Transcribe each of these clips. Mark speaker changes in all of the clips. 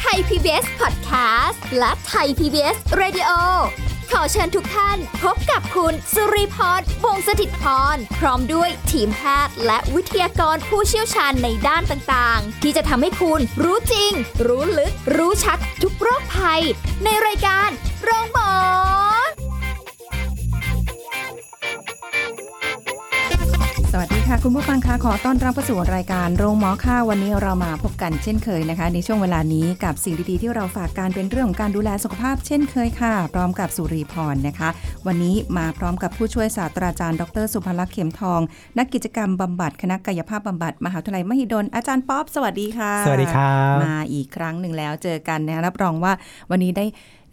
Speaker 1: ไทย PBS Podcast และไทย PBS Radio ขอเชิญทุกท่านพบกับคุณสุริพรวงศสถิตพร พร้อมด้วยทีมแพทย์และวิทยากรผู้เชี่ยวชาญในด้านต่างๆ ที่จะทำให้คุณรู้จริง รู้ลึก รู้ชัดทุกโรคภัย ในรายการโรงพยาบาล
Speaker 2: สวัสดีค่ะคุณผู้ฟังคะขอต้อนรับเข้าสู่รายการโรงหมอค่าวันนี้เรามาพบกันเช่นเคยนะคะ ในช่วงเวลานี้กับสิ่งดีๆที่เราฝากการเป็นเรื่องของการดูแลสุขภาพเช่นเคยค่ะ พร้อมกับสุริพรนะคะ วันนี้มาพร้อมกับผู้ช่วยศาสตราจารย์ดรสุภลักษณ์เข็มทอง นักกิจกรรมบำบัดคณะกายภาพบำบัดมหาวิทยาลัยมหิดลอาจารย์ป๊อบสวัสดีค่ะ
Speaker 3: สวัสดีครับ
Speaker 2: มาอีกครั้งหนึ่งแล้วเจอกันนะรับรองว่าวันนี้ได้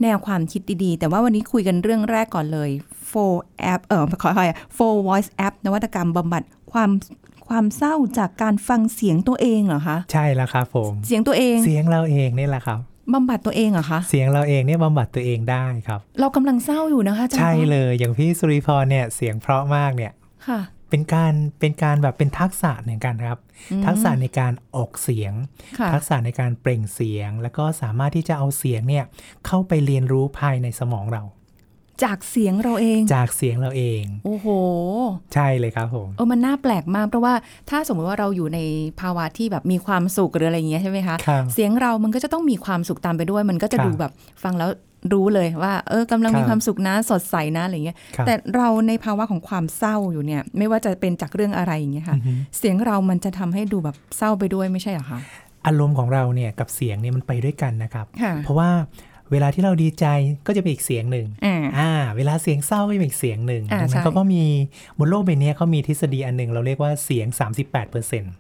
Speaker 2: แนวความคิดดีๆ แต่ว่าวันนี้คุยกันเรื่องแรกก่อนเลย for app เออขออภัย for voice app นวัตกรรมบำบัดความความเศร้าจากการฟังเสียงตัวเองเหรอคะ
Speaker 3: ใช่แล้วครับผม
Speaker 2: เสียงตัวเอง
Speaker 3: เสียงเราเองนี่แหละครับ
Speaker 2: บำบัดตัวเองเหรอคะ
Speaker 3: เสียงเราเองเนี่ยบำบัดตัวเองได้ครับ
Speaker 2: เรากำลังเศร้าอยู่นะคะอาจารย์
Speaker 3: ใช่เลยอย่างพี่สุริพรเนี่ยเสียงเพราะมากเนี่ย
Speaker 2: ค่ะ
Speaker 3: เป็นการเป็นการแบบเป็นทักษะเหมือนกันครับ ทักษะในการออกเสียง
Speaker 2: ค่ะ
Speaker 3: ทักษะในการเปล่งเสียง แล้วก็สามารถที่จะเอาเสียงเนี่ยเข้าไปเรียนรู้ภายในสมองเรา
Speaker 2: จากเสียงเราเอง
Speaker 3: จากเสียงเราเอง
Speaker 2: โอ้โห
Speaker 3: ใช่เลยครับผม
Speaker 2: เออมันน่าแปลกมากเพราะว่าถ้าสมมติว่าเราอยู่ในภาวะที่แบบมีความสุขหรืออะไรอย่างเงี้ยใช่ไหมคะ
Speaker 3: ครับ
Speaker 2: เสียงเรามันก็จะต้องมีความสุขตามไปด้วย มันก็จะ
Speaker 3: ครับ
Speaker 2: ดูแบบฟังแล้วรู้เลยว่า เออกำลังมี
Speaker 3: ครับ
Speaker 2: ความสุขนะสดใสนะอะไรอย่างเงี้ย
Speaker 3: ครับ
Speaker 2: แต่เราในภาวะของความเศร้าอยู่เนี่ย ไม่ว่าจะเป็นจากเรื่องอะไรอย่างเงี้ยค่ะ เสียงเรามันจะทำให้ดูแบบเศร้าไปด้วยไม่ใช่เหรอคะ
Speaker 3: อารมณ์ของเราเนี่ยกับเสียงเนี่ยมันไปด้วยกันนะครับ
Speaker 2: ค่ะ
Speaker 3: เพราะว่าเวลาที่เราดีใจก็จะเป็นอีกเสียงหนึ่ง
Speaker 2: อ่า
Speaker 3: อ่าเวลาเสียงเศร้าก็เป็นอีกเสียงหนึ่ง
Speaker 2: อ่า
Speaker 3: ดัง
Speaker 2: ใช่
Speaker 3: นั้นเขาก็มีบนโลกใบเนี้ยเขามีทฤษฎีอันหนึ่งเราเรียกว่าเสียง 38เปอร์เซ็นต์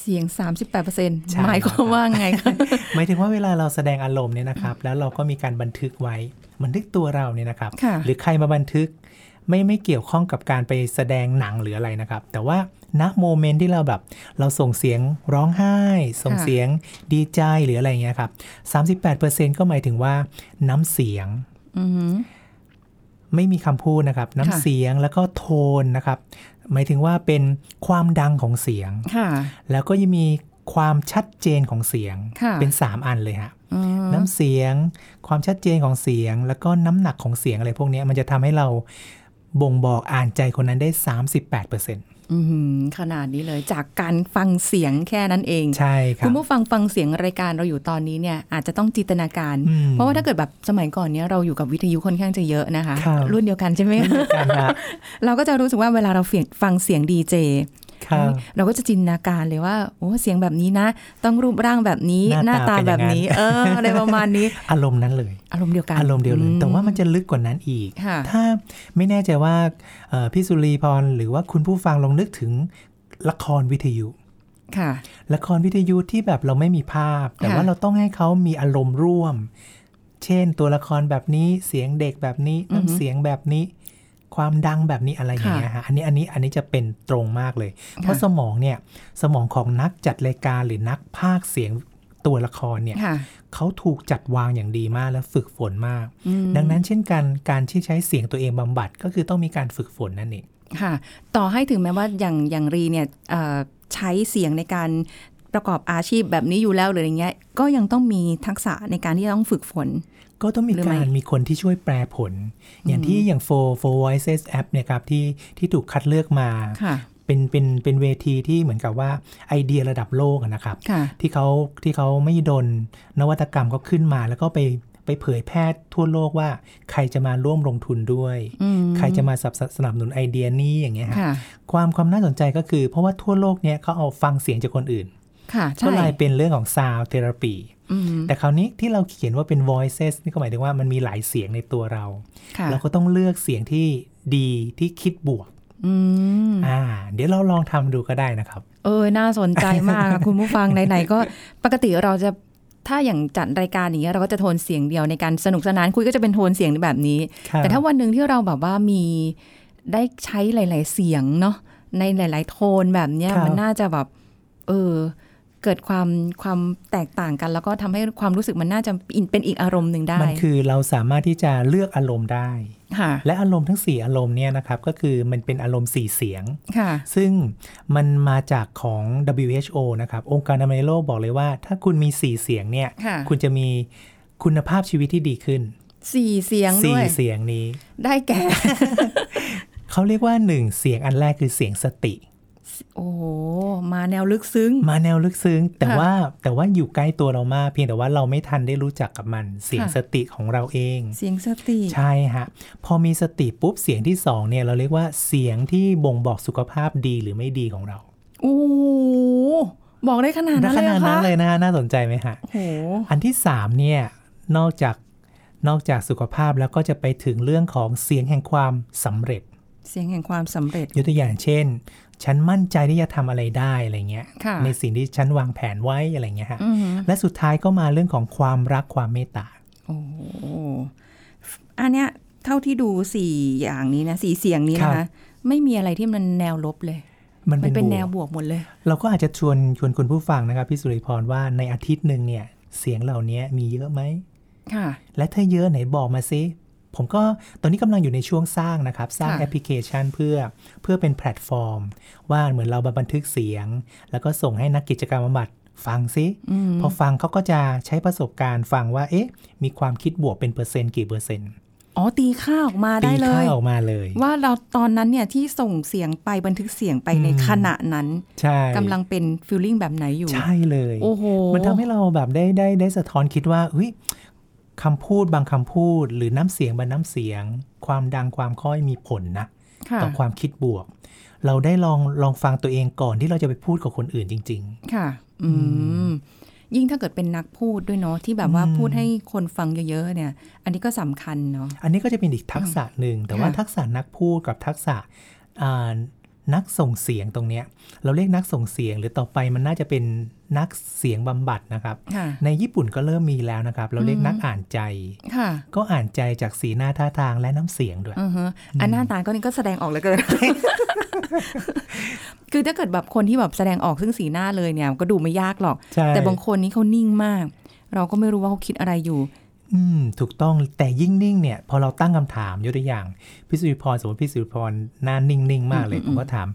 Speaker 2: เสียง
Speaker 3: ใช่
Speaker 2: 38%หมายความว่าไงคะ
Speaker 3: หมายถึงว่าเวลาเราแสดงอารมณ์เนี่ยนะครับ แล้วเราก็มีการบันทึกไว้ บันทึกตัวเราเนี่ยนะครับ
Speaker 2: ค่ะ
Speaker 3: หรือใครมาบันทึกไม่ไม่เกี่ยวข้องกับการไปแสดงหนังหรืออะไรนะครับ แต่ว่าณโมเมนต์ที่เราแบบ เราส่งเสียงร้องไห้ ส่งเสียงดีใจหรืออะไรอย่างเงี้ยครับ38%ก็หมายถึงว่าน้ำเสียง
Speaker 2: อือหือ
Speaker 3: ไม่มีคำพูดนะครับ น้ำ
Speaker 2: ค่ะ
Speaker 3: เสียงแล้วก็โทนนะครับ หมายถึงว่าเป็นความดังของเสียง
Speaker 2: ค่ะ
Speaker 3: แล้วก็ยังมีความชัดเจนของเสียง
Speaker 2: ค่ะ
Speaker 3: เป็น 3 อันเลยฮะ
Speaker 2: อือหือ
Speaker 3: น้ำเสียง ความชัดเจนของเสียง แล้วก็น้ำหนักของเสียงอะไรพวกเนี้ยมันจะทำให้เราบ่งบอกอ่านใจคนนั้นได้ 38%
Speaker 2: อื้อหือขนาดนี้เลยจากการฟังเสียงแค่นั้นเอง
Speaker 3: ใช่ครั
Speaker 2: คุ
Speaker 3: บ
Speaker 2: ณผู้ฟังฟังเสียงรายการเราอยู่ตอนนี้เนี่ยอาจจะต้องจินตนาการ
Speaker 3: อืม
Speaker 2: เพราะว่าถ้าเกิดแบบสมัยก่อนเนี่ยเราอยู่กับวิทยุค่อนข้างจะเยอะนะคะ
Speaker 3: ครับ
Speaker 2: นเดียวกันใช่ไหม
Speaker 3: การละ
Speaker 2: เราก็จะรู้สึกว่าเวลาเราเสียงฟังเสียงดีเจ
Speaker 3: ครับ
Speaker 2: เราก็จะจินตนาการเลยว่าโอ้เสียงแบบนี้นะ ต้องรูปร่างแบบนี้ห
Speaker 3: ห
Speaker 2: น้า
Speaker 3: น้า
Speaker 2: ตา
Speaker 3: ตาเป็น
Speaker 2: แบ
Speaker 3: อย่า
Speaker 2: บ
Speaker 3: งนั้น
Speaker 2: นี้ เอออะไรประมาณ นี้
Speaker 3: อารมณ์นั้นเลย
Speaker 2: อารมณ์เดียวกัน
Speaker 3: อารมณ์เดียวเลย
Speaker 2: อื
Speaker 3: แต่ว่ามันจะลึกกว่านั้นอีก
Speaker 2: ค่ะ
Speaker 3: ถ้าไม่แน่ใจว่าเอ่อพี่สุรีพรหรือว่าคุณผู้ฟังลองนึกถึงละครวิทยุ
Speaker 2: ค่ะ
Speaker 3: ละครวิทยุที่แบบเราไม่มีภาพ แต่
Speaker 2: ค่ะ
Speaker 3: ว่าเราต้องให้เขามีอารมณ์ร่วม เช่นตัวละครแบบนี้เสียงเด็กแบบนี้น้ำเสียงแบบนี้ ความดังแบบนี้อะไรอย่างเงี้ยฮะอันนี้อันนี้อันนี้จะเป็นตรงมากเลย เพราะสมองเนี่ยสมองของนักจัดรายการหรือนักภาคเสียงตัวละครเนี่ย
Speaker 2: ค่ะ
Speaker 3: เขาถูกจัดวางอย่างดีมากและฝึกฝนมาก
Speaker 2: อืม
Speaker 3: ดังนั้นเช่นกันการที่ใช้เสียงตัวเองบำบัดก็คือต้องมีการฝึกฝนนั่นเอง
Speaker 2: ค่ะ ต่อให้ถึงแม้ว่าอย่างอย่างรีเนี่ยเอ่อใช้เสียงในการประกอบอาชีพแบบนี้อยู่แล้วหรืออย่างเงี้ยก็ยังต้องมีทักษะในการที่ต้องฝึกฝน
Speaker 3: ก็ต้องมี
Speaker 2: หรือไม่
Speaker 3: การมีคนที่ช่วยแปลผล อย่างที่อย่าง for for voices app เนี่ยครับที่ที่ถูกคัดเลือกมา
Speaker 2: ค่ะ
Speaker 3: เป็นเป็นเป็นเวทีที่เหมือนกับว่าไอเดียระดับโลกอะนะครับ
Speaker 2: ค่ะ
Speaker 3: ที่เขาที่เขาไม่ดนนวัตกรรมก็ขึ้นมา แล้วก็ไปไปเผยแพร่ทั่วโลกว่าใครจะมาร่วมลงทุนด้วย
Speaker 2: อืม
Speaker 3: ใครจะมาสนับสนับสนุนไอเดียนี้อย่างเงี้ยฮะ
Speaker 2: ค่ะ
Speaker 3: ความความน่าสนใจก็คือ เพราะว่าทั่วโลกเนี่ยเขาเอาฟังเสียงจากคนอื่น
Speaker 2: ค่ะ
Speaker 3: ก็
Speaker 2: ใช่
Speaker 3: เลยเป็นเรื่องของ sound therapy
Speaker 2: อืม
Speaker 3: แต่คราวนี้ที่เราเขียนว่าเป็น voices นี่ก็หมายถึงว่ามันมีหลายเสียงในตัวเรา
Speaker 2: ค่ะ
Speaker 3: เราก็ต้องเลือกเสียงที่ดีที่คิดบวก
Speaker 2: อืม
Speaker 3: อ่า เดี๋ยวเราลองทำดูก็ได้นะครับ
Speaker 2: เออ น่าสนใจมากค่ะ คุณผู้ฟังไหนๆก็ปกติเราจะถ้าอย่างจัดรายการอย่างเงี้ยเราก็จะโทนเสียงเดียวในการสนุกสนานคุยก็จะเป็นโทนเสียงแบบนี้ แต่ถ้าวันหนึ่งที่เราแบบว่ามีได้ใช้หลาย ๆ เสียงเนาะในหลาย ๆ โทนแบบเนี้ย
Speaker 3: ครับ
Speaker 2: มันน่าจะแบบ เออ เกิดความความแตกต่างกัน แล้วก็ทำให้ความรู้สึกมันน่าจะอินเป็นอีกอารมณ์หนึ่งได้
Speaker 3: มันคือเราสามารถที่จะเลือกอารมณ์ได้
Speaker 2: ค่ะ
Speaker 3: และอารมณ์ทั้ง 4 อารมณ์เนี่ยนะครับ ก็คือมันเป็นอารมณ์ 4 เสียง
Speaker 2: ค่ะ
Speaker 3: ซึ่งมันมาจากของ WHO นะครับ องค์การอนามัยโลกบอกเลยว่า ถ้าคุณมี 4 เสียงเนี่ย
Speaker 2: ค่ะ
Speaker 3: คุณจะมีคุณภาพชีวิตที่ดีขึ้น
Speaker 2: สี่เสียงด้วย
Speaker 3: 4 เสียงนี้
Speaker 2: ได้แก่
Speaker 3: เขาเรียกว่า 1 เสียงอันแรกคือเสียงสติ
Speaker 2: โอ้โห มาแนวลึกซึ้ง
Speaker 3: มาแนวลึกซึ้ง แต่
Speaker 2: ค่ะ
Speaker 3: ว่าแต่ว่าอยู่ใกล้ตัวเรามาก เพียงแต่ว่าเราไม่ทันได้รู้จักกับมัน เสียง
Speaker 2: ค่ะ
Speaker 3: สติของเราเอง
Speaker 2: เสียงสติ
Speaker 3: ใช่ฮะ พอมีสติปุ๊บเสียงที่สองเนี่ยเราเรียกว่าเสียงที่บ่งบอกสุขภาพดีหรือไม่ดีของเรา
Speaker 2: โอ้โหบอกได้ขนาดนั้น
Speaker 3: ข
Speaker 2: เลยเหรอ
Speaker 3: นาด
Speaker 2: คะ
Speaker 3: นั้นเลยนะฮะน่าสนใจไหมฮะ
Speaker 2: โอ้โห
Speaker 3: อันที่สามเนี่ยนอกจากนอกจากสุขภาพแล้วก็จะไปถึงเรื่องของเสียงแห่งความสำเร็จ
Speaker 2: เสียงแห่งความสำเร็จ
Speaker 3: ยกตัวอย่างเช่น ฉันมั่นใจที่จะทำอะไรได้อะไรเงี้ย
Speaker 2: ค่ะ
Speaker 3: ในสิ่งที่ฉันวางแผนไว้อะไรเงี้ยฮะ
Speaker 2: อือหือ
Speaker 3: และสุดท้ายก็มาเรื่องของความรักความเมตตา
Speaker 2: โอ้โหอันเนี้ยเท่าที่ดูสี่อย่างนี้นะสี่เสียงนี้นะ
Speaker 3: ครั
Speaker 2: คะ
Speaker 3: บ
Speaker 2: ไม่มีอะไรที่มันแนวลบเลย
Speaker 3: มัน
Speaker 2: มัน
Speaker 3: เป็น
Speaker 2: เป็น
Speaker 3: บวก
Speaker 2: แนวบวกหมดเลย
Speaker 3: เราก็อาจจะชวนชวนคุณผู้ฟังนะครับพี่สุริพรว่าในอาทิตย์หนึ่งเนี่ยเสียงเหล่านี้มีเยอะไหม
Speaker 2: ค่ะ
Speaker 3: และถ้าเยอะไหนบอกมาซิ ผมก็ตอนนี้กำลังอยู่ในช่วงสร้างนะครับ สร้าง
Speaker 2: ค่ะ
Speaker 3: แอปพลิเคชันเพื่อเพื่อเป็นแพลตฟอร์ม ว่าเหมือนเรามาบันทึกเสียง แล้วก็ส่งให้นักกิจกรรมบำบัดฟังซิ
Speaker 2: อืม
Speaker 3: พอฟังเขาก็จะใช้ประสบการณ์ฟังว่าเอ๊ะ มีความคิดบวกเป็นเปอร์เซ็นต์กี่เปอร์เซ็นต์
Speaker 2: อ๋อตีค่าออกมา
Speaker 3: ตี
Speaker 2: ได้เล
Speaker 3: ค่าย ออกมาเลย
Speaker 2: ว่าเราตอนนั้นเนี่ยที่ส่งเสียงไปบันทึกเสียงไปใน
Speaker 3: อืม
Speaker 2: ขณะนั้น
Speaker 3: ใช่
Speaker 2: กำลังเป็นฟิลลิ่งแบบไหนอยู่
Speaker 3: ใช่เลย
Speaker 2: โอ้โห
Speaker 3: มันทำให้เราแบบได้ได้ได้สะท้อนคิดว่าเฮ้ยคำพูดบางคำพูด หรือน้ำเสียงบางน้ำเสียง ความดังความค่อยมีผลนะ
Speaker 2: ค่ะ
Speaker 3: ต่อความคิดบวก เราได้ลองลองฟังตัวเองก่อนที่เราจะไปพูดกับคนอื่นจริง
Speaker 2: ค่ะ อืม ยิ่งถ้าเกิดเป็นนักพูดด้วยเนาะที่แบบว่า
Speaker 3: อืม
Speaker 2: พูดให้คนฟังเยอะๆเนี่ย อันนี้ก็สำคัญเนาะ
Speaker 3: ๆ อันนี้ก็จะเป็นอีกทักษะหนึ่งแต่ว่า
Speaker 2: ค่ะ
Speaker 3: ทักษะนักพูดกับทักษะอ่านักส่งเสียงตรงเนี้ยเราเรียกนักส่งเสียงหรือต่อไปมันน่าจะเป็นนักเสียงบำบัดนะครับ
Speaker 2: ค่ะ
Speaker 3: ในญี่ปุ่นก็เริ่มมีแล้วนะครับ เราเรียกนักอ่านใจ
Speaker 2: ค่ะ
Speaker 3: ก็อ่านใจจากสีหน้าท่าทางและน้ำเสียงด้วย
Speaker 2: อือฮะอันหน้าตาก็นี่ก็แสดงออกเหลือเกิน คือถ้าเกิดแบบคนที่แบบแสดงออกซึ่งสีหน้าเลยเนี่ยก็ดูไม่ยากหรอก
Speaker 3: ใช่
Speaker 2: แต่บางคนนี่เขานิ่งมาก เราก็ไม่รู้ว่าเขาคิดอะไรอยู่
Speaker 3: อืมถูกต้องแต่ยิ่งนิ่งเนี่ย พอเราตั้งคำถามยกตัวอย่างพี่สุริพรสมมติพี่สุริพรหน้านิ่งๆมากเลย ผมก็ถาม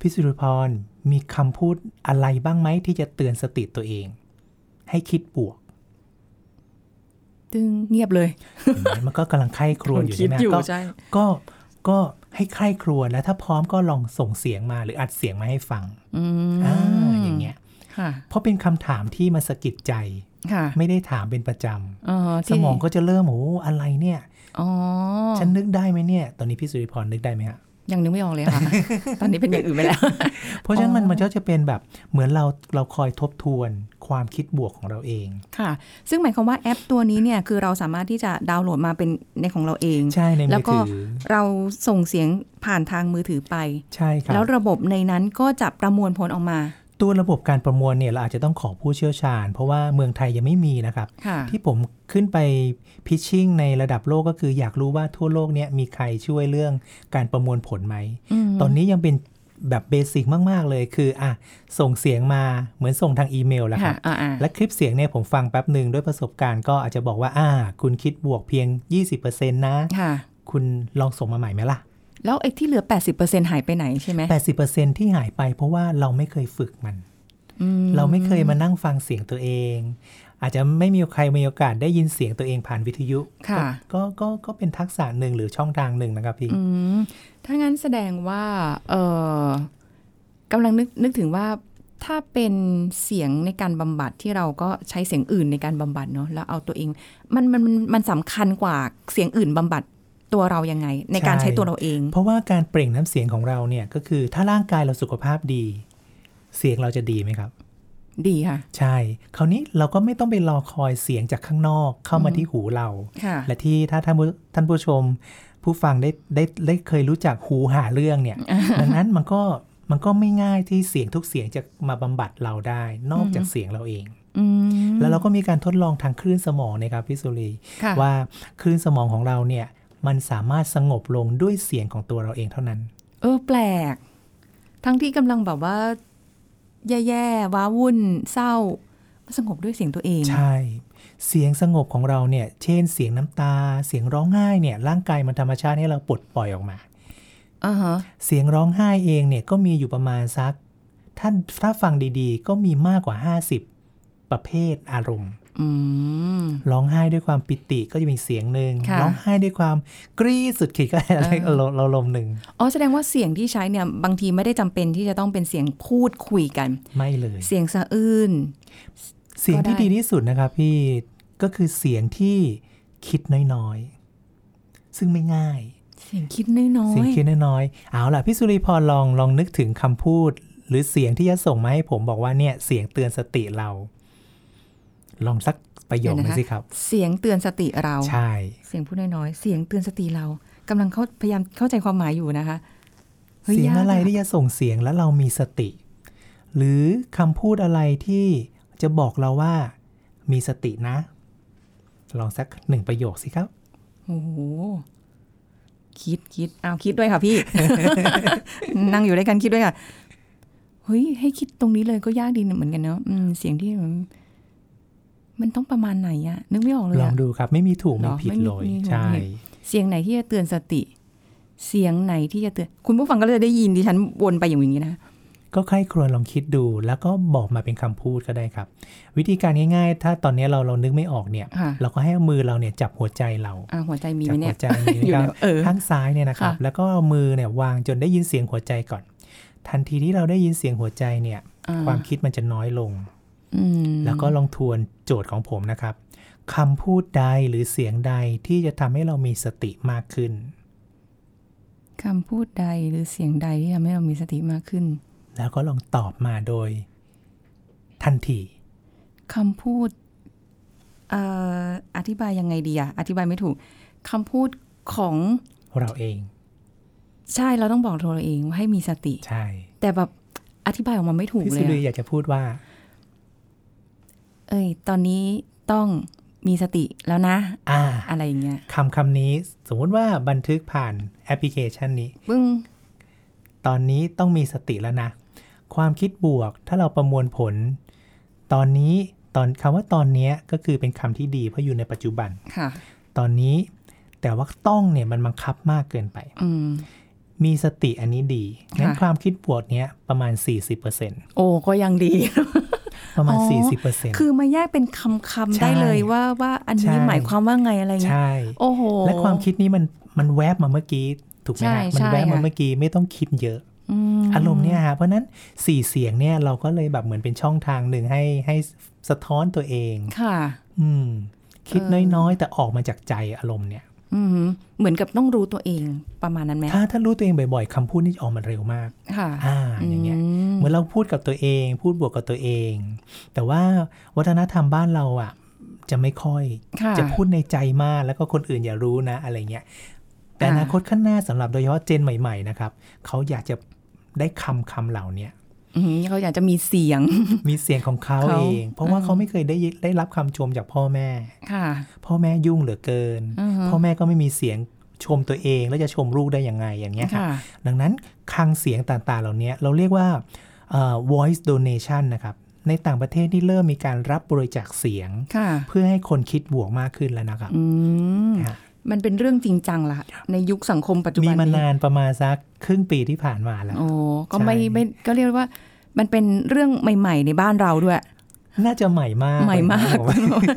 Speaker 3: พี่สุริพรมีคำพูดอะไรบ้างไหมที่จะเตือนสติตัวเอง ให้คิดบวก
Speaker 2: ตึงเงียบเลย
Speaker 3: เห็นไหมมันก็กำลังไข้ครวญอยู่
Speaker 2: คิด
Speaker 3: ใช่ไหม
Speaker 2: อยู่
Speaker 3: ก็
Speaker 2: ใช่
Speaker 3: ก็ก็ให้ไข้ครวญแล้วถ้าพร้อมก็ลองส่งเสียงมาหรืออัดเสียงมาให้ฟัง
Speaker 2: อืม
Speaker 3: อ่าอย่างเงี้ย
Speaker 2: ค่ะ
Speaker 3: เพราะเป็นคำถามที่มันสะกิดใจ
Speaker 2: ค่ะ
Speaker 3: ไม่ได้ถามเป็นประจำ
Speaker 2: เอ่อ
Speaker 3: ส
Speaker 2: ที่
Speaker 3: มองก็จะเริ่มโอ้อะไรเนี่ย
Speaker 2: อ๋อ
Speaker 3: ฉันนึกได้ไหมเนี่ย ตอนนี้พี่สุริพรนึกได้ไหมฮะ
Speaker 2: ยังนึกไม่ออกเลย ค่ะ ตอนนี้เป็นอย่างอื่นไปแล้ว
Speaker 3: เพราะฉะนั้นมัน
Speaker 2: อ๋อ
Speaker 3: มันก็จะเป็นแบบเหมือนเราเราคอยทบทวนความคิดบวกของเราเอง
Speaker 2: ค่ะ ซึ่งหมายความว่าแอปตัวนี้เนี่ยคือเราสามารถที่จะดาวน์โหลดมาเป็นในของเราเอง
Speaker 3: ใช่ใน
Speaker 2: แล้
Speaker 3: มื
Speaker 2: ว
Speaker 3: อ
Speaker 2: ก็
Speaker 3: ถือ
Speaker 2: เราส่งเสียงผ่านทางมือถือไป
Speaker 3: ใช่ครับ
Speaker 2: แล้วระบบในนั้นก็จะประมวลผลออกมา
Speaker 3: ตัวระบบการประมวลเนี่ยเราอาจจะต้องขอผู้เชี่ยวชาญ เพราะว่าเมืองไทยยังไม่มีนะครับ
Speaker 2: ค่ะ
Speaker 3: ที่ผมขึ้นไปพิชชิ่งในระดับโลกก็คืออยากรู้ว่าทั่วโลกเนี่ยมีใครช่วยเรื่องการประมวลผลไหม ตอนนี้ยังเป็นแบบเบสิกมาก ๆ เลยคืออ่ะส่งเสียงมาเหมือนส่งทางอีเมลแหละครับ
Speaker 2: ค่ะอ่าๆ
Speaker 3: และคลิปเสียงเนี่ยผมฟังแป๊บหนึ่งด้วยประสบการณ์ก็อาจจะบอกว่าอ่า คุณคิดบวกเพียง 20%นะ
Speaker 2: ค่ะ
Speaker 3: คุณลองส่งมาใหม่ไหมล่ะ
Speaker 2: แล้วไอ้ที่เหลือ 80%หายไปไหนใช่ไหม
Speaker 3: 80%ที่หายไปเพราะว่าเราไม่เคยฝึกมัน
Speaker 2: อืม
Speaker 3: เราไม่เคยมานั่งฟังเสียงตัวเอง อาจจะไม่มีใครมีโอกาสได้ยินเสียงตัวเองผ่านวิทยุ
Speaker 2: ค่ะ
Speaker 3: ก็ก็ก็ก็เป็นทักษะหนึ่งหรือช่องทางหนึ่งนะครับพี่
Speaker 2: อืม ถ้างั้นแสดงว่า เออกำลังนึกนึกถึงว่า ถ้าเป็นเสียงในการบำบัดที่เราก็ใช้เสียงอื่นในการบำบัดเนาะ แล้วเอาตัวเอง มันมันมันมันสำคัญกว่าเสียงอื่นบำบัดตัวเรายังไง ในการใช้ตัวเราเอง
Speaker 3: เพราะว่าการเปล่งน้ำเสียงของเราเนี่ยก็คือถ้าร่างกายเราสุขภาพดี เสียงเราจะดีไหมครับ
Speaker 2: ดีค่ะ
Speaker 3: ใช่ คราวนี้เราก็ไม่ต้องไปรอคอยเสียงจากข้างนอกเข้ามาที่หูเรา
Speaker 2: ค่ะ
Speaker 3: และที่ถ้าท่านผู้ท่านผู้ชม ผู้ฟังได้ได้ได้เคยรู้จักหูหาเรื่องเนี่ย ดังนั้นมันก็มันก็ไม่ง่ายที่เสียงทุกเสียงจะมาบำบัดเราได้ นอกจากเสียงเราเอง
Speaker 2: อืม
Speaker 3: แล้วเราก็มีการทดลองทางคลื่นสมองนะครับพี่สุรี
Speaker 2: ค่ะ
Speaker 3: ว่าคลื่นสมองของเราเนี่ยมันสามารถสงบลงด้วยเสียงของตัวเราเองเท่านั้น
Speaker 2: เออ แปลก ทั้งที่กำลังแบบว่า แย่ๆว้าวุ่น เศร้ามาสงบด้วยเสียงตัวเอง
Speaker 3: ใช่ เสียงสงบของเราเนี่ย เช่นเสียงน้ำตา เสียงร้องไห้เนี่ย ร่างกายมันธรรมชาติให้เราปลดปล่อยออกมา
Speaker 2: อ่าฮะ
Speaker 3: เสียงร้องไห้เองเนี่ยก็มีอยู่ประมาณสัก ถ้าถ้าฟังดีๆ ก็มีมากกว่า 50 ประเภทอารมณ์
Speaker 2: อืม
Speaker 3: ร้องไห้ด้วยความปิติก็จะมีเสียงหนึ่ง
Speaker 2: ค่ะ
Speaker 3: ร้องไห้ด้วยความกรี๊ดสุดขีดก็อะไร
Speaker 2: เออ
Speaker 3: เราลมณ์หนึ่ง
Speaker 2: อ๋อแสดงว่าเสียงที่ใช้เนี่ย บางทีไม่ได้จำเป็นที่จะต้องเป็นเสียงพูดคุยกัน
Speaker 3: ไม่เลย
Speaker 2: เสียงสะอื้น
Speaker 3: เสียงที่
Speaker 2: ก็ได้
Speaker 3: ดีที่สุดนะครับพี่ก็คือเสียงที่คิดน้อยๆ ซึ่งไม่ง่าย
Speaker 2: เสียงคิดน้อ
Speaker 3: เสียง
Speaker 2: ย
Speaker 3: คิดน้อยๆเอาล่ะพี่สุริพรลองลองนึกถึงคำพูด หรือเสียงที่จะส่งมาให้ผมบอกว่าเนี่ยเสียงเตือนสติเรา ลองสักประโยคหนึงสิครับ
Speaker 2: ๆเสียงเตือนสติเรา
Speaker 3: ใช่
Speaker 2: เสียงพูดน้อยๆ เสียงเตือนสติเรากำลังเข้าพยายามเข้าใจความหมายอยู่นะคะเฮ้
Speaker 3: เสียงอะไร
Speaker 2: าก
Speaker 3: ที่จะส่งเสียงแล้วเรามีสติ หรือคำพูดอะไรที่จะบอกเราว่า มีสตินะ ลองสักหนึ่งประโยคสิครับ
Speaker 2: โอ้โหคิดคิดเอาคิดด้วยค่ะพี่ นั่งอยู่ด้วยกันคิดด้วยค่ะเฮ้ยให้คิดตรงนี้เลยก็ยากดีเหมือนกันเนาะอืมเสียงที่มันมันต้องประมาณไหนอะนึกไม่ออกเลย
Speaker 3: ลอง
Speaker 2: อะ
Speaker 3: ดูครับไม่มีถูก
Speaker 2: เหร
Speaker 3: ไม่
Speaker 2: อ
Speaker 3: ผิด
Speaker 2: ไม่มี
Speaker 3: เลย
Speaker 2: ไม่มีถูก
Speaker 3: ใช่
Speaker 2: ไม่ผิด เสียงไหนที่จะเตือนสติ เสียงไหนที่จะเตือน คุณผู้ฟังก็เลยได้ยินดิฉันวนไปอย่างนี้นะ
Speaker 3: ก็ใคร่ครวญลองคิดดู แล้วก็บอกมาเป็นคำพูดก็ได้ครับ วิธีการง่ายๆ ถ้าตอนนี้เราเรานึกไม่ออกเนี่ย
Speaker 2: ค่ะ
Speaker 3: เราก็ให้มือเราเนี่ยจับหัวใจเรา
Speaker 2: อ่าหัวใจมีไห
Speaker 3: จั
Speaker 2: ม
Speaker 3: หั
Speaker 2: เนี่
Speaker 3: วย ใจนี้
Speaker 2: อยู่แล้
Speaker 3: นะครับ
Speaker 2: วเออ
Speaker 3: ข้างซ้ายเนี่ยนะครับ
Speaker 2: ค่ะ
Speaker 3: แล้วก็เอามือเนี่ยวางจนได้ยินเสียงหัวใจก่อน ทันทีที่เราได้ยินเสียงหัวใจเนี่ย
Speaker 2: อ่
Speaker 3: ความคิดมันจะน้อยลง
Speaker 2: อืม
Speaker 3: แล้วก็ลองทวนโจทย์ของผมนะครับคำพูดใดหรือเสียงใดที่จะทำให้เรามีสติมากขึ้น
Speaker 2: คำพูดใดหรือเสียงใดที่ทำให้เรามีสติมากขึ้น
Speaker 3: แล้วก็ลองตอบมาโดย ทันที
Speaker 2: คำพูดเอ่ออธิบายยังไงดีอะอธิบายไม่ถูก คำพูดของ
Speaker 3: เราเอง
Speaker 2: ใช่เราต้องบอกตัวเราเองว่าให้มีสติ
Speaker 3: ใช่
Speaker 2: แต่แบบอธิบายออกมาไม่ถูก
Speaker 3: พี่
Speaker 2: เล
Speaker 3: สุ
Speaker 2: ย
Speaker 3: รี
Speaker 2: อะ
Speaker 3: อยากจะพูดว่า
Speaker 2: เอ้ย ตอนนี้ต้องมีสติแล้วนะ
Speaker 3: อ่า
Speaker 2: อะไรอย่างเงี้ย
Speaker 3: คำคำนี้สมมติว่าบันทึกผ่านแอปพลิเคชันนี้
Speaker 2: ปึ้ง
Speaker 3: ตอนนี้ต้องมีสติแล้วนะ ความคิดบวกถ้าเราประมวลผล ตอนนี้ตอนคำว่าตอนเนี้ยก็คือเป็นคำที่ดีเพราะอยู่ในปัจจุบัน
Speaker 2: ค่ะ
Speaker 3: ตอนนี้แต่ว่าต้องเนี่ยมันบังคับมากเกินไป
Speaker 2: อืม
Speaker 3: มีสติอันนี้ดีงั้น
Speaker 2: ค่ะ
Speaker 3: ความคิดบวกเนี้ยประมาณ 40%
Speaker 2: โอ้ก็ยังดี
Speaker 3: ประมาณ
Speaker 2: อ๋อ
Speaker 3: 40%
Speaker 2: คือมาแยกเป็นคำคำๆได้เลย
Speaker 3: ใช่
Speaker 2: ว่าว่าอันนี้
Speaker 3: ใช่
Speaker 2: หมายความว่าไงอะไรเงี้ย
Speaker 3: ใช่
Speaker 2: โอ้โห
Speaker 3: และความคิดนี้มันมันแวบมาเมื่อกี้ถูกไหม
Speaker 2: ใช่
Speaker 3: ฮะมั
Speaker 2: ใช่
Speaker 3: นแวบมา
Speaker 2: ค่ะ
Speaker 3: เมื่อกี้ไม่ต้องคิดเยอะ
Speaker 2: ม
Speaker 3: อารมณ์เนี่ยฮะเพราะฉะนั้นสี่เสียงเนี่ยเราก็เลยแบบเหมือนเป็นช่องทางหนึ่งให้ให้สะท้อนตัวเอง
Speaker 2: ค่ะ
Speaker 3: อืม คิด
Speaker 2: เออ
Speaker 3: น้อยๆ แต่ออกมาจากใจอารมณ์เนี่ย
Speaker 2: อืมเหมือนกับต้องรู้ตัวเองประมาณนั้นไหม
Speaker 3: ถ้าถ้ารู้ตัวเองบ่อยๆคำพูดนี่จะออกมาเร็วมาก
Speaker 2: ค่ะ
Speaker 3: อ่าอย่างเงี้ย
Speaker 2: ม
Speaker 3: เหมือนเราพูดกับตัวเอง พูดบวกกับตัวเอง แต่ว่าวัฒนธรรมบ้านเราอ่ะ จะไม่ค่อย
Speaker 2: ค่ะ
Speaker 3: จะพูดในใจมากแล้วก็คนอื่นอย่ารู้นะอะไรเงี้ย แต่
Speaker 2: อ่า
Speaker 3: อนาคตข้างหน้าสำหรับโดยเฉพาะเจนใหม่ ๆ นะครับ เขาอยากจะได้คำคำเหล่าเนี้ย
Speaker 2: อืมเขาอยากจะมีเสียง
Speaker 3: มีเสียงของเขา
Speaker 2: เขา
Speaker 3: เอง เพราะว่า
Speaker 2: อืม
Speaker 3: เขาไม่เคยได้ยินได้รับคำชมจากพ่อแม่
Speaker 2: ค่ะ
Speaker 3: พ่อแม่ยุ่งเหลือเกิน
Speaker 2: อือฮึ
Speaker 3: พ่อแม่ก็ไม่มีเสียงชมตัวเอง แล้วจะชมลูกได้ยังไงอย่างเงี้ยครับ
Speaker 2: ค่ะ
Speaker 3: ดังนั้นคลังเสียงต่างๆ เหล่าเนี้ยเราเรียกว่าเอ่อ voice donation นะครับ ในต่างประเทศที่เริ่มมีการรับบริจาคเสียง
Speaker 2: ค่ะ
Speaker 3: เพื่อให้คนคิดบวกมากขึ้นแล้วนะครับ
Speaker 2: อืม
Speaker 3: ฮะ
Speaker 2: มันเป็นเรื่องจริงจังละในยุคสังคมปัจจุ
Speaker 3: มี
Speaker 2: บัน
Speaker 3: มานานประมาณสักครึ่งปีที่ผ่านมาแล้ว
Speaker 2: โอ้ก็ไม่
Speaker 3: ใช่
Speaker 2: ไม่ก็เรียกว่า มันเป็นเรื่องใหม่ ๆ ในบ้านเราด้วย
Speaker 3: น่าจะใหม่มาก
Speaker 2: ใหม่มาก
Speaker 3: เลยนะผม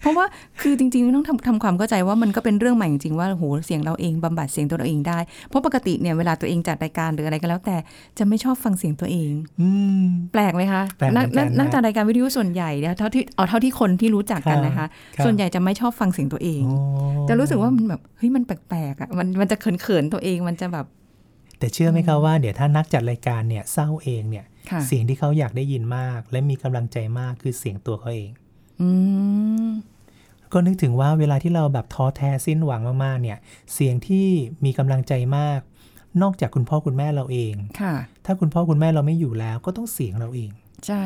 Speaker 2: เพราะว่าคือจริงๆต้องทำทำความเข้าใจว่ามันก็เป็นเรื่องใหม่จริงๆว่าโอ้โหเสียงเราเองบำบัดเสียงตัวเราเองได้ เพราะปกติเนี่ยเวลาตัวเองจัดรายการหรืออะไรก็แล้ว แต่จะไม่ชอบฟังเสียงตัวเอง
Speaker 3: อืม
Speaker 2: แปลกไหมคะ
Speaker 3: แปลกเหมื
Speaker 2: นั
Speaker 3: อนกันนะ
Speaker 2: นักจัดรายการวิทยุส่วนใหญ่เนี่ยเท่าที่เอาเท่าที่คนที่รู้จักกันนะคะ
Speaker 3: ครับ
Speaker 2: ส่วนใหญ่จะไม่ชอบฟังเสียงตัวเอง
Speaker 3: โอ้
Speaker 2: จะรู้สึกว่ามันแบบเฮ้ยมันแปลกๆอ่ะมันมันจะเขินๆตัวเองมันจะแบบ
Speaker 3: แต่เชื่อไหมครับว่าเดี๋ยวถ้านักจัดรายการเนี่ยเศร้าเองเนี่ย
Speaker 2: ค่ะ
Speaker 3: เสียงที่เขาอยากได้ยินมาก และมีกำลังใจมากคือเสียงตัวเขาเอง
Speaker 2: อืม
Speaker 3: ก็นึกถึงว่าเวลาที่เราแบบท้อแท้สิ้นหวังมากๆเนี่ย เสียงที่มีกำลังใจมาก นอกจากคุณพ่อคุณแม่เราเอง
Speaker 2: ค่ะ
Speaker 3: ถ้าคุณพ่อคุณแม่เราไม่อยู่แล้ว ก็ต้องเสียงเราเอง
Speaker 2: ใช่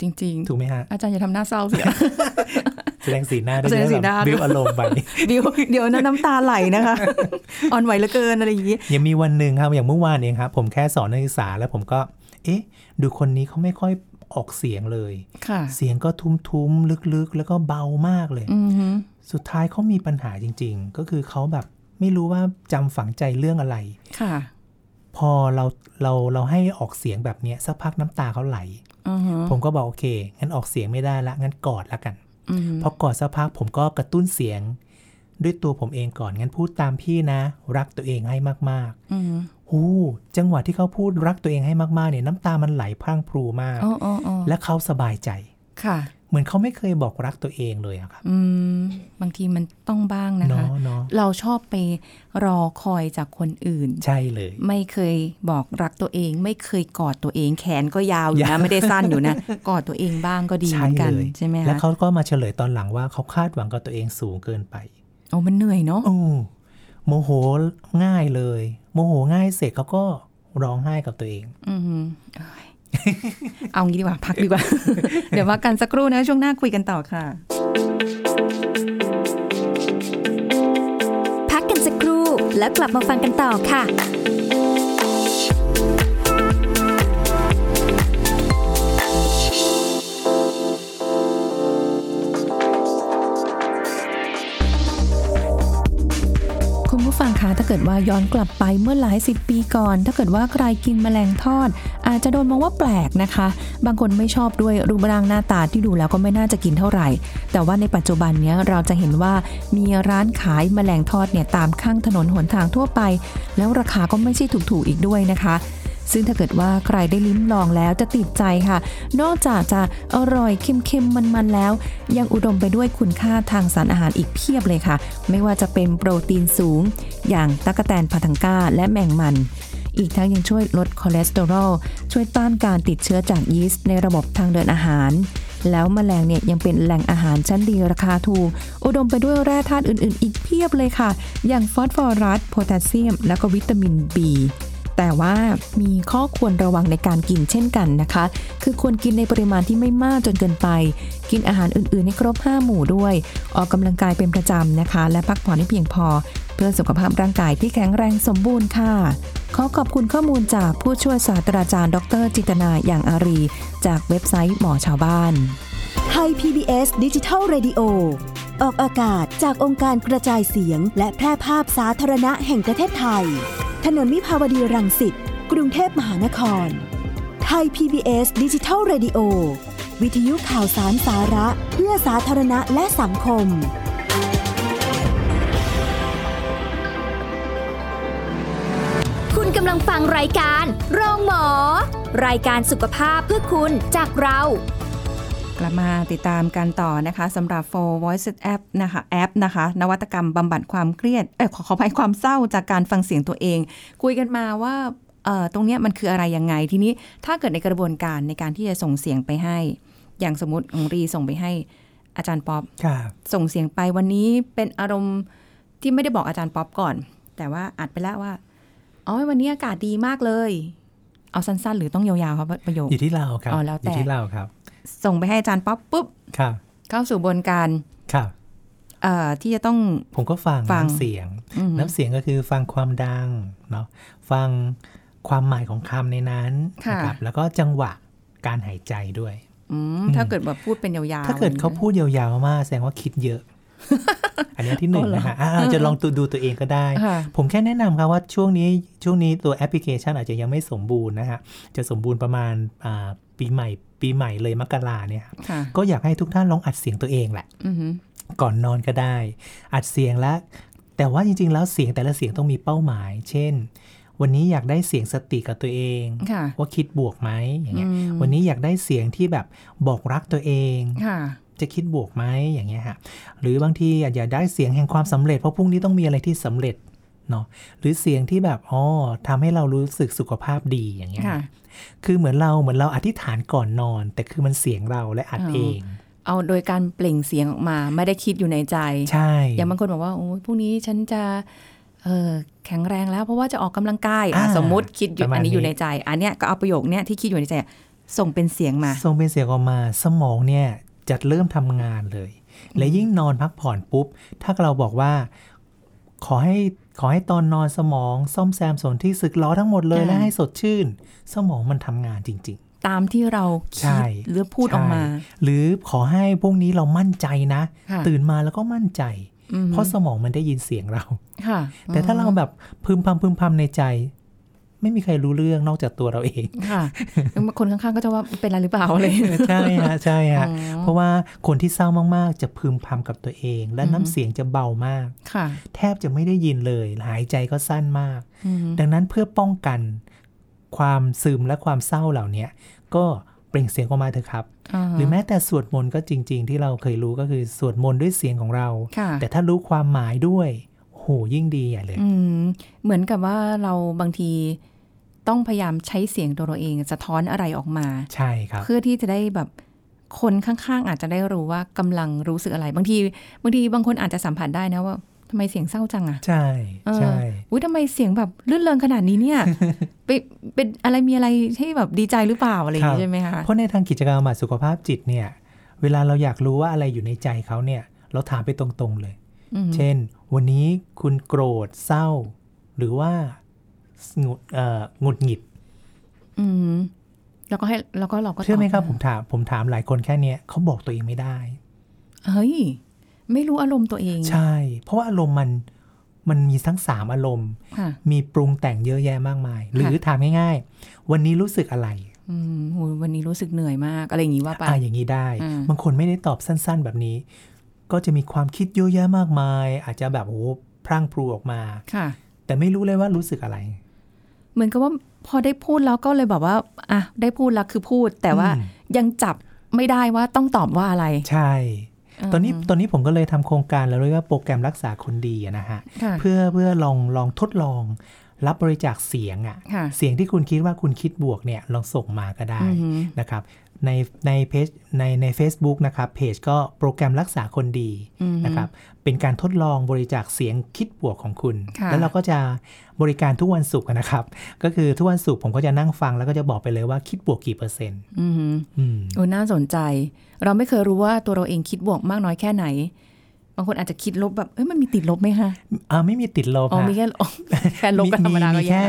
Speaker 2: จริง
Speaker 3: ถูกไหมฮะ
Speaker 2: ๆ อาจารย์อย่าทำหน้าเศร้าเสีย
Speaker 3: แสดงสีหน้าด้วย
Speaker 2: แสดงสีหน้า
Speaker 3: บิวอารมณ์ไป
Speaker 2: เดี๋ยวเดี๋ยวนะน้ำตาไหลนะคะ อ่อนไหวเหลือเกินอะไรอย่างนี้
Speaker 3: ยังมีวันหนึ่งครับอย่างเมื่อวานเองครับผมแค่สอนนักศึกษาแล้วผมก็เ เอ๊ะ ดูคนนี้เขาไม่ค่อยออกเสียงเลย
Speaker 2: ค่ะ
Speaker 3: เสียงก็ทุ้มๆ ลึกๆ แล้วก็เบามากเลย
Speaker 2: อือฮึ
Speaker 3: สุดท้ายเขามีปัญหาจริง ๆ ก็คือเขาแบบไม่รู้ว่าจำฝังใจเรื่องอะไร
Speaker 2: ค่ะ
Speaker 3: พอเราเราเราให้ออกเสียงแบบเนี้ยสักพักน้ำตาเขาไหล
Speaker 2: อือฮึ
Speaker 3: ผมก็บอกโอเค งั้นออกเสียงไม่ได้ละ งั้นกอดละกัน
Speaker 2: อือฮึ
Speaker 3: พอกอดสักพักผมก็กระตุ้นเสียง ด้วยตัวผมเองก่อน งั้นพูดตามพี่นะ รักตัวเองให้มาก
Speaker 2: อือฮึ
Speaker 3: ๆหูจังหวะที่เขาพูดรักตัวเองให้มากๆเนี่ยน้ำตามันไหลพรั่งพรูมาก
Speaker 2: อ๋ออ๋ออ๋อ
Speaker 3: และเขาสบายใจ
Speaker 2: ค่ะ
Speaker 3: เหมือนเขาไม่เคยบอกรักตัวเองเลยอะครับ
Speaker 2: อืมบางทีมันต้องบ้างนะคะ
Speaker 3: เนาะเนาะ
Speaker 2: เราชอบไปรอคอยจากคนอื่น
Speaker 3: ใช่เลย
Speaker 2: ไม่เคยบอกรักตัวเอง ไม่เคยกอดตัวเอง แขนก็ยาวอยู่นะ ไม่ได้สั้น อยู่นะ กอดตัวเองบ้างก็ดีเหมือนกัน
Speaker 3: เลย
Speaker 2: ใช่ไหม
Speaker 3: แล้ว
Speaker 2: คะ
Speaker 3: เขาก็มาเฉลยตอนหลังว่าเขาคาดหวังกับตัวเองสูงเกินไป
Speaker 2: โอ้มันเหนื่อยเนาะ
Speaker 3: โอ้โมโหง่ายเลย โมโหง่ายเสร็จเขาก็ร้องไห้กับตัวเอง
Speaker 2: อือหื อเอ้ยเอางี้ดีกว่า พักดีกว่า เดี๋ยวว่ากันสักครู่นะช่วงหน้าคุยกันต่อค่ะ
Speaker 1: พักกันสักครู่แล้วกลับมาฟังกันต่อค่ะ
Speaker 2: คุณผู้ฟังคะถ้าเกิดว่าย้อนกลับไปเมื่อหลายสิบปีก่อน ถ้าเกิดว่าใครกินแมลงทอด อาจจะโดนมองว่าแปลกนะคะ บางคนไม่ชอบด้วยรูปร่างหน้าตาที่ดูแล้วก็ไม่น่าจะกินเท่าไหร่ แต่ว่าในปัจจุบันเนี้ยเราจะเห็นว่ามีร้านขายแมลงทอดเนี่ยตามข้างถนนหนทางทั่วไป แล้วราคาก็ไม่ใช่ถูกๆอีกด้วยนะคะ ซึ่งถ้าเกิดว่าใครได้ลิ้มลองแล้วจะติดใจค่ะ นอกจากจะอร่อยเค็มๆมันๆแล้ว ยังอุดมไปด้วยคุณค่าทางสารอาหารอีกเพียบเลยค่ะ ไม่ว่าจะเป็นโปรตีนสูง อย่างตะกะแตนพาทังก้าและแมงมัน อีกทั้งยังช่วยลดคอเลสเตอรอล ช่วยต้านการติดเชื้อจากยีสต์ในระบบทางเดินอาหาร แล้วมแมลงเนี่ยยังเป็นแหล่งอาหารชั้นดีราคาถูก อุดมไปด้วยแร่ธาตุอื่นๆ อีกเพียบเลยค่ะ อย่างฟอสฟอรัสโพแทสเซียม และก็วิตามิน B แต่ว่ามีข้อควรระวังในการกินเช่นกันนะคะ คือควรกินในปริมาณที่ไม่มากจนเกินไป กินอาหารอื่นๆให้ครบ 5 หมู่ด้วย ออกกำลังกายเป็นประจำนะคะ และพักผ่อนให้เพียงพอ เพื่อสุขภาพร่างกายที่แข็งแรงสมบูรณ์ค่ะ ขอขอบคุณข้อมูลจากผู้ช่วยศาสตราจารย์ ดร จิตนาอย่างอารี จากเว็บไซต์หมอชาวบ้าน
Speaker 4: ไทย PBS ดิจิทัล Radio ออกอากาศจากองค์การกระจายเสียง และแพร่ภาพสาธารณะแห่งประเทศไทย ถนนมิภาวดีรังสิต กรุงเทพมหานคร ไทย PBS ดิจิทัล Radio วิทยุข่าวสารสาระเพื่อสาธารณะและสังคม
Speaker 1: คุณกำลังฟังรายการโรงหมอ รายการสุขภาพเพื่อคุณจากเรา
Speaker 2: กลับมาติดตามกันต่อนะคะสำหรับ For Voice App นะคะแอปนะคะ นวัตกรรมบำบัดความเครียดเอยขอขออภัยความเศร้าจากการฟังเสียงตัวเอง คุยกันมาว่าเอ่อตรงเนี้ยมันคืออะไรยังไงทีนี้ถ้าเกิดในกระบวนการในการที่จะส่งเสียงไปให้ อย่างสมมติของรีส่งไปให้อาจารย์ป๊อป
Speaker 3: ค่ะ
Speaker 2: ส่งเสียงไปวันนี้เป็นอารมณ์ที่ไม่ได้บอกอาจารย์ป๊อปก่อน แต่ว่าอัดไปแล้วว่าอ๋อวันนี้อากาศดีมากเลย เอาสั้น ๆ หรือต้องยาวๆครับประโยค
Speaker 3: อยู่ที่เราครับ
Speaker 2: อ๋อแล้วแต่
Speaker 3: ยู่ที่เราครับ
Speaker 2: ส่งไปให้อาจารย์ป๊อปปุ๊บ
Speaker 3: ค่ะ
Speaker 2: เข้าสู่กระบวนการ
Speaker 3: ค่ะ
Speaker 2: เอ่อที่จะต้อง
Speaker 3: ผมก็ฟัง
Speaker 2: ฟัง
Speaker 3: น้ำเสียง
Speaker 2: อืม
Speaker 3: น้ำเสียงก็คือฟังความดังเนาะ ฟังความหมายของคำในนั้นนะแล้วก็จังหวะการหายใจด้วย
Speaker 2: อืมถ้าเกิดแบบพูดเป็นยาวๆ
Speaker 3: ถ้าเกิดเขา
Speaker 2: อะไรอย่งงี้ย
Speaker 3: พูดยาวๆมากแสดงว่าคิดเยอะ อันนี้ที่หนึ่ง
Speaker 2: อ๋อเหรอ
Speaker 3: นะฮะอ่าจะลองตัวดูตัวเองก็ได้
Speaker 2: ค่ะ
Speaker 3: ผมแค่แนะนำครับว่าช่วงนี้ช่วงนี้ตัวแอปพลิเคชันอาจจะยังไม่สมบูรณ์นะฮะ จะสมบูรณ์ประมาณอ่าปีใหม่ ปีใหม่เลยมกราเนี่ยครับ
Speaker 2: ค่ะ
Speaker 3: ก็อยากให้ทุกท่านลองอัดเสียงตัวเองแหละ
Speaker 2: อือหือ
Speaker 3: ก่อนนอนก็ได้ อัดเสียงแล้ว แต่ว่าจริงๆ แล้วเสียงแต่ละเสียงต้องมีเป้าหมาย เช่น วันนี้อยากได้เสียงสติกับตัวเอง
Speaker 2: ค่ะ
Speaker 3: ว่าคิดบวกไหมอย่างเงี้ย
Speaker 2: อืม
Speaker 3: วันนี้อยากได้เสียงที่แบบบอกรักตัวเอง
Speaker 2: ค่ะ
Speaker 3: จะคิดบวกไหมอย่างเงี้ยฮะหรือบางทีอาจจะได้เสียงแห่งความสำเร็จเพราะพรุ่งนี้ต้องมีอะไรที่สำเร็จเนาะหรือเสียงที่แบบอ๋อทำให้เรารู้สึกสุขภาพดีอย่างเงี้ย
Speaker 2: ค่ะ
Speaker 3: คือเหมือนเราเหมือนเราอธิษฐานก่อนนอน แต่คือมันเสียงเราและอัด
Speaker 2: อ๋อ
Speaker 3: เอง
Speaker 2: เอาโดยการเปล่งเสียงออกมา ไม่ได้คิดอยู่ในใจ
Speaker 3: ใช่
Speaker 2: อย่างบางคนบอกว่าโอ้ยพรุ่งนี้ฉันจะเออแข็งแรงแล้วเพราะว่าจะออกกำลังกายอ่ะ
Speaker 3: อ่า
Speaker 2: สมมติคิดอยู่
Speaker 3: ประมาณ
Speaker 2: อันนี้อยู่
Speaker 3: นี้
Speaker 2: ในใจ อันเนี้ยก็เอาประโยคเนี้ยที่คิดอยู่ในใจอ่ะส่งเป็นเสียงมา
Speaker 3: ส่งเป็นเสียงออกมาสมองเนี่ยจะเริ่มทำงานเลย และยิ่งนอนพักผ่อนปุ๊บ ถ้าเราบอกว่า ขอให้ ขอให้ตอนนอนสมองซ่อมแซมส่วนที่สึกล้อทั้งหมดเลย
Speaker 2: อ่า
Speaker 3: และให้สดชื่น สมองมันทำงานจริง
Speaker 2: ตามที่เรา
Speaker 3: ใช่
Speaker 2: คิดหรือพูดออกมา
Speaker 3: ใช่หรือขอให้พวกนี้เรามั่นใจนะ
Speaker 2: ค่ะ
Speaker 3: ตื่นมาแล้วก็มั่นใจ
Speaker 2: อือฮึ
Speaker 3: เพราะสมองมันได้ยินเสียงเรา
Speaker 2: ค่ะ
Speaker 3: แต่ถ้าเราแบบพึมพำพึมพำในใจ ไม่มีใครรู้เรื่องนอกจากตัวเราเอง
Speaker 2: ค่ะคนข้างๆก็จะว่าเป็นอะไรหรือเปล่าอะไรอย่างเงี้ย
Speaker 3: ใช่ฮะใช่ฮะ
Speaker 2: อ๋อ
Speaker 3: เพราะว่าคนที่เศร้ามากๆ จะพึมพำกับตัวเอง และ
Speaker 2: อือฮึ
Speaker 3: น้ำเสียงจะเบามาก
Speaker 2: ค่ะ
Speaker 3: แทบจะไม่ได้ยินเลย หายใจก็สั้นมาก
Speaker 2: อือฮึ
Speaker 3: ดังนั้นเพื่อป้องกันความซึมและความเศร้าเหล่าเนี้ยก็เปล่งเสียงออกมาเถอะครับ
Speaker 2: าฮะ
Speaker 3: หรือแม้แต่สวดมนต์ก็จริง ๆ ที่เราเคยรู้ก็คือสวดมนต์ด้วยเสียงของเรา
Speaker 2: ค่ะ
Speaker 3: แต่ถ้ารู้ความหมายด้วยโอ้โหยิ่งดีใหญ่เลย
Speaker 2: อืมเหมือนกับว่าเราบางทีต้องพยายามใช้เสียงตัวเราเองสะท้อนอะไรออกมา
Speaker 3: ใช่ครับ
Speaker 2: เพื่อที่จะได้แบบคนข้างๆ อาจจะได้รู้ว่ากำลังรู้สึกอะไร บางที บางทีบางคนอาจจะสัมผัสได้นะว่าทำไมเสียงเศร้าจังอะ
Speaker 3: ใช่ใช่
Speaker 2: อุ้ยทำไมเสียงแบบลื่นเลงขนาดนี้ เนี่ย ไปเป็นอะไรมีอะไรให้แบบดีใจหรือเปล่าอะไรอย่าง
Speaker 3: ครั
Speaker 2: งี้
Speaker 3: บ
Speaker 2: ใช่ไหมคะ
Speaker 3: เพราะในทางกิจกรรมบำบัดสุขภาพจิตเนี่ย เวลาเราอยากรู้ว่าอะไรอยู่ในใจเขาเนี่ย เราถามไปตรงๆเลย
Speaker 2: อืม
Speaker 3: เช่น วันนี้คุณโกรธเศร้า หรือว่าหงุดเอ่อหงุดหงิด
Speaker 2: อืมแล้วก็ให้แล้วก็เราก็ต
Speaker 3: เชื่อไหมครับ
Speaker 2: า
Speaker 3: ผมถามผมถามหลายคนแค่เนี้ยเขาบอกตัวเองไม่ได้
Speaker 2: เฮ้ย ไม่รู้อารมณ์ตัวเอง
Speaker 3: ใช่ เพราะว่าอารมณ์มันมันมีทั้งสามอารมณ์
Speaker 2: ค่ะ
Speaker 3: มีปรุงแต่งเยอะแยะมากมาย หรือถามง่ายๆ วันนี้รู้สึกอะไร
Speaker 2: อืมโหวันนี้รู้สึกเหนื่อยมาก อะไรอย่างนี้ว่าไป
Speaker 3: อ่าอย่างนี้ได้
Speaker 2: อืม
Speaker 3: บางคนไม่ได้ตอบสั้น ๆ แบบนี้ ก็จะมีความคิดเยอะแยะมากมาย อาจจะแบบโอ้โหพรั่งพรูออกมา
Speaker 2: ค่ะ
Speaker 3: แต่ไม่รู้เลยว่ารู้สึกอะไร
Speaker 2: เหมือนกับว่าพอได้พูดแล้วก็เลยแบบว่า อ่ะ ได้พูดแล้วคือพูด แต่ว่า
Speaker 3: อืม
Speaker 2: ยังจับไม่ได้ว่าต้องตอบว่าอะไร
Speaker 3: ใช่ ตอนนี้ตอนนี้ผมก็เลยทำโครงการแล้วเรียกว่าโปรแกรมรักษาคนดีอะนะฮะ
Speaker 2: ค่ะ
Speaker 3: เพื่อเพื่อลองลองทดลอง รับบริจาคเสียงอะ
Speaker 2: ค่ะ
Speaker 3: เสียงที่คุณคิดว่าคุณคิดบวกเนี่ยลองส่งมาก็ได้
Speaker 2: อือหือ
Speaker 3: นะครับในในเพจในใน a c e b o o k นะครับเพจก็โปรแกรมรักษาคนดี
Speaker 2: อือหือ
Speaker 3: นะครับเป็นการทดลองบริจาคเสียงคิดบวกของคุณ
Speaker 2: ค่ะ
Speaker 3: แล้วเราก็จะบริการทุกวันศุกร์นะครับ ก็คือทุกวันศุกร์ผมก็จะนั่งฟังแล้วก็จะบอกไปเลยว่าคิดบวกกี่เปอร์เซ็นต์
Speaker 2: อือหือ
Speaker 3: อืม
Speaker 2: โอ้น่าสนใจ เราไม่เคยรู้ว่าตัวเราเองคิดบวกมากน้อยแค่ไหน บางคนอาจจะคิดลบแบบเอ้ยมันมีติดลบไหมคะ
Speaker 3: อ่าไม่มีติดลบ
Speaker 2: อ๋อ
Speaker 3: ฮะ
Speaker 2: มีแค่ อ๋อแค่ลบก็ธรรมดาก็แย่
Speaker 3: แค่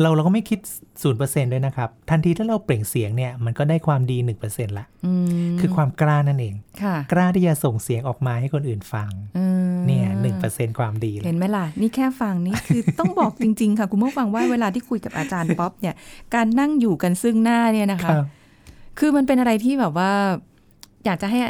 Speaker 3: เราเราก็ไม่คิดศูนย์เปอร์เซ็นด้วยนะครับ ทันทีถ้าเราเปล่งเสียงเนี่ย มันก็ได้ความดีหนึ่งเปอร์เซ็นต์ละ
Speaker 2: อืม
Speaker 3: คือความกล้านั่นเอง
Speaker 2: ค่ะ
Speaker 3: กล้าที่จะส่งเสียงออกมาให้คนอื่นฟัง
Speaker 2: อืม
Speaker 3: เนี่ยหนึ่งเปอร์เซ็นต์ความดีเล
Speaker 2: เห็
Speaker 3: ย
Speaker 2: นไหมล่ะ นี่แค่ฟังนี่คือ ต้องบอกจริง ๆ ค่ะ คุณผู้ฟังว่าเวลาที่คุยกับอาจารย์ป๊อปเนี่ย การนั่งอยู่กันซึ่งหน้าเนี่ยนะคะ คือมันเป็นอะไรที่แบบว่า อยากจะให้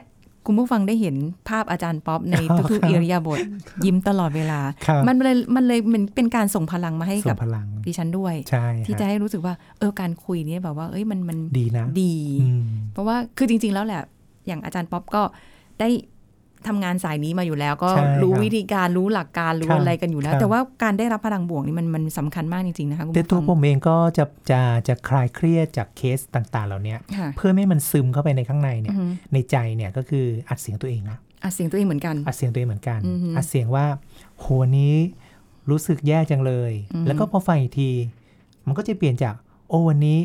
Speaker 2: คุณผู้ฟังได้เห็นภาพอาจารย์ป๊อปใน
Speaker 3: ครับ
Speaker 2: ทุกๆอิริยาบถยิ้มตลอดเวลา
Speaker 3: ครับ
Speaker 2: มันเลยมันเลยเหมือนเป็นการส่งพลังมาให้
Speaker 3: ส่
Speaker 2: กับ
Speaker 3: งพลัง
Speaker 2: ดิฉันด้วย
Speaker 3: ใช่
Speaker 2: ที่จะ
Speaker 3: ฮะ
Speaker 2: ให้รู้สึกว่า เออการคุยเนี่ยแบบว่า เอ้ยมันมัน
Speaker 3: ดีนะ
Speaker 2: ดี
Speaker 3: อืม
Speaker 2: เพราะว่าคือจริง ๆ แล้วแหละ อย่างอาจารย์ป๊อปก็ได้ทำงานสายนี้มาอยู่แล้ว ก็
Speaker 3: ใช่ครับ
Speaker 2: รู้วิธีการรู้หลักการรู้
Speaker 3: ครับ
Speaker 2: อะไรกันอยู่แล้ว
Speaker 3: ครับ
Speaker 2: แต่ว่าการได้รับพลังบวกนี่มันมันสำคัญมากจริง ๆ นะคะคุณ
Speaker 3: แต่
Speaker 2: ผู้
Speaker 3: ตัวผ
Speaker 2: ฟัง
Speaker 3: มเองก็จะจะจะคลายเครียดจากเคสต่าง ๆ เหล่าเนี้ย
Speaker 2: ค่ะ
Speaker 3: เพื่อไม่ให้มันซึมเข้าไปในข้างในเนี่
Speaker 2: อือ
Speaker 3: ย
Speaker 2: หือ
Speaker 3: ในใจเนี่ยก็คืออัดเสียงตัวเองนะ
Speaker 2: อ่ะเสียงตัวเองเหมือนกัน
Speaker 3: อัดเสียงตัวเองเหมือนกัน
Speaker 2: อือหืออั
Speaker 3: ดเสียงว่าโหวันนี้รู้สึกแย่จังเลย
Speaker 2: อือหือ
Speaker 3: แล้วก็พอฟังอีกที มันก็จะเปลี่ยนจาก โอ้วันนี้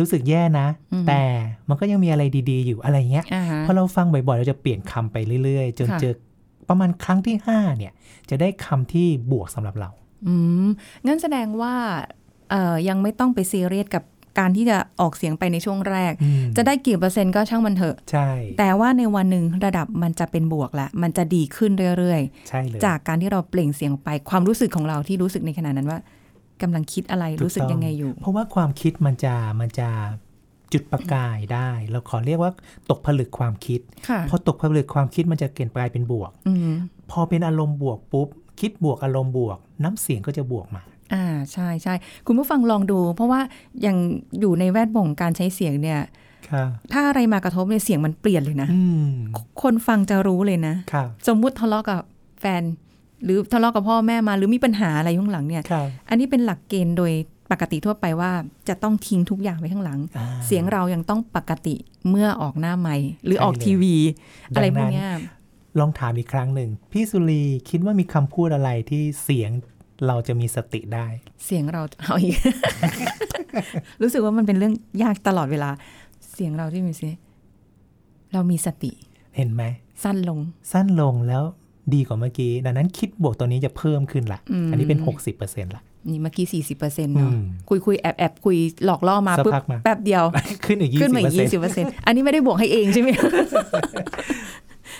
Speaker 3: รู้สึกแย่นะ
Speaker 2: อือหือ
Speaker 3: แต่มันก็ยังมีอะไรดีๆ อยู่อะไรเงี้ย
Speaker 2: อ่าฮะ
Speaker 3: พอเราฟังบ่อยๆ เราจะเปลี่ยนคำไปเรื่อยๆ จน
Speaker 2: ค่ะ
Speaker 3: เจอประมาณครั้งที่ห้าเนี่ย จะได้คำที่บวกสำหรับเรา
Speaker 2: อืมงั้นแสดงว่าเอ่อยังไม่ต้องไปซีเรียสกับการที่จะออกเสียงไปในช่วงแรก
Speaker 3: อืม
Speaker 2: จะได้กี่เปอร์เซ็นต์ก็ช่างมันเถอะ
Speaker 3: ใช่
Speaker 2: แต่ว่าในวันหนึ่งระดับมันจะเป็นบวกละมันจะดีขึ้นเรื่อยๆ
Speaker 3: ใช่เลย
Speaker 2: จากการที่เราเปล่งเสียงออกไปความรู้สึกของเราที่รู้สึกในขณะนั้นว่ากำลังคิดอะไร
Speaker 3: ถูกต้อง
Speaker 2: รู้สึกยังไงอยู่
Speaker 3: เพราะว่าความคิดมันจะมันจะจุดประกายได้ เราขอเรียกว่าตกผลึกความคิด
Speaker 2: ค่ะ
Speaker 3: พอตกผลึกความคิดมันจะเปลี่ยนกลายเป็นบวก
Speaker 2: อืม
Speaker 3: พอเป็นอารมณ์บวกปุ๊บ คิดบวกอารมณ์บวก น้ำเสียงก็จะบวกมา
Speaker 2: อ่าใช่ใช่คุณผู้ฟังลองดู เพราะว่าอย่างอยู่ในแวดวงการใช้เสียงเนี่ย
Speaker 3: ค่ะ
Speaker 2: ถ้าอะไรมากระทบเนี่ยเสียงมันเปลี่ยนเลยนะ
Speaker 3: อืม
Speaker 2: คนฟังจะรู้เลยนะ
Speaker 3: ค่ะ
Speaker 2: สมมุติทะเลาะกับแฟน หรือทะเลาะกับพ่อแม่มาหรือมีปัญหาอะไรข้างหลังเนี่ย
Speaker 3: ค่ะ
Speaker 2: อันนี้เป็นหลักเกณฑ์โดยปกติทั่วไปว่าจะต้องทิ้งทุกอย่างไว้ข้างหลัง
Speaker 3: อ่า
Speaker 2: เสียงเรายังต้องปกติเมื่อออกหน้าไมค์หรือออก
Speaker 3: ใช่เลย
Speaker 2: ทีวี อะไรพวกเนี้ย
Speaker 3: ลองถามอีกครั้งหนึ่ง พี่สุรีคิดว่ามีคำพูดอะไรที่เสียงเราจะมีสติได้
Speaker 2: เสียงเราเอาอีก รู้สึกว่ามันเป็นเรื่องยากตลอดเวลา เสียงเราที่มีเสียงเรามีสติ
Speaker 3: เห็นไหม
Speaker 2: สั้นลง
Speaker 3: สั้นลงแล้ว ดีกว่าเมื่อกี้ ดังนั้นคิดบวกตัวนี้จะเพิ่มขึ้นละ
Speaker 2: อืม
Speaker 3: นนี้เป็น 60%ละ
Speaker 2: นี่เมื่อกี้สี่สิบเปอร์เซ็นต์เนาะ
Speaker 3: อืม
Speaker 2: คุยคุยๆแอบแอบคุยหลอกล่อมา
Speaker 3: สัก
Speaker 2: ปุ๊บ
Speaker 3: พักมา
Speaker 2: แป๊บเดียว
Speaker 3: ขึ้นอีก
Speaker 2: ขึ้นมาอีกยี่สิบ
Speaker 3: 20%
Speaker 2: เปอร์เซ็นต์อันนี้ไม่ได้บวกให้เอง ใช่ไหม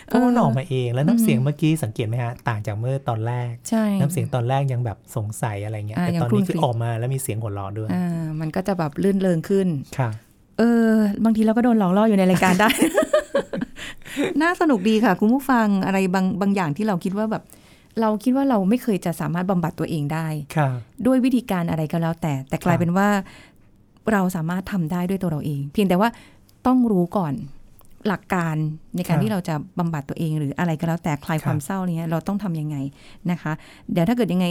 Speaker 3: เพราะมันออกมาเองแล้วน้ำเสียงเมื่อกี้สังเกตไหมฮะ ต่างจากเมื่อตอนแรก
Speaker 2: ใช่
Speaker 3: น้ำเสียงตอนแรกยังแบบสงสัยอะไรเงี้ย
Speaker 2: อ่า
Speaker 3: แต่
Speaker 2: ยัง
Speaker 3: ตอนนี้
Speaker 2: ครุ่นคิ
Speaker 3: คื
Speaker 2: ด
Speaker 3: อออกมาแล้วมีเสียงหัวเราะด้วย
Speaker 2: อ่ามันก็จะแบบลื่นเริงขึ้น
Speaker 3: ค่ะ
Speaker 2: เออบางทีเราก็โดนหลอกล่ออยู่ในรายการได้ น่าสนุกดีค่ะ คุณผู้ฟังอะไรบางบางอย่างที่เราคิดว่าแบบ เราคิดว่าเราไม่เคยจะสามารถบำบัดตัวเองได้
Speaker 3: ค่ะ
Speaker 2: ด้วยวิธีการอะไรก็แล้วแต่ แต่กลาย
Speaker 3: ครับ
Speaker 2: เป็นว่าเราสามารถทำได้ด้วยตัวเราเอง เพียงแต่ว่าต้องรู้ก่อนหลักการในการ
Speaker 3: ครับ
Speaker 2: ที่เราจะบำบัดตัวเองหรืออะไรก็แล้วแต่คลาย
Speaker 3: ครับ
Speaker 2: ความเศร้าเนี้ยเราต้องทำยังไงนะคะ เดี๋ยวถ้าเกิดยังไง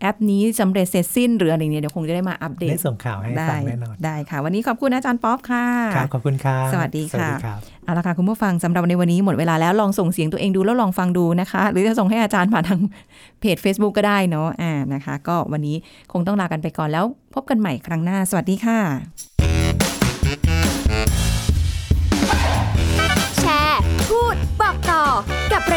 Speaker 2: แอปนี้สำเร็จเสร็จสิ้นหรืออะไรเนี่ยเดี๋ยวคงจะได้มาอัปเด
Speaker 3: ได้
Speaker 2: ต
Speaker 3: ส่งข่าวให้ฟังแน่นอน
Speaker 2: ได้ค่ะ วันนี้ขอบคุณอาจารย์ป๊อปค่ะ
Speaker 3: ครับขอบคุณครับ
Speaker 2: สวัสดีค่ะ
Speaker 3: สวัสดีครับ
Speaker 2: เอาละค่ะคุณผู้ฟังสำหรับในวันนี้หมดเวลาแล้วลองส่งเสียงตัวเองดูแล้วลองฟังดูนะคะ หรือจะส่งให้อาจารย์ผ่านทาง เพจ Facebook ก็ได้เนาะอ่านะคะ ก็วันนี้คงต้องลากันไปก่อนแล้ว พบกันใหม่ครั้งหน้า สวัสดีค่ะ
Speaker 1: แชร์ พูด บอกต่อ กับร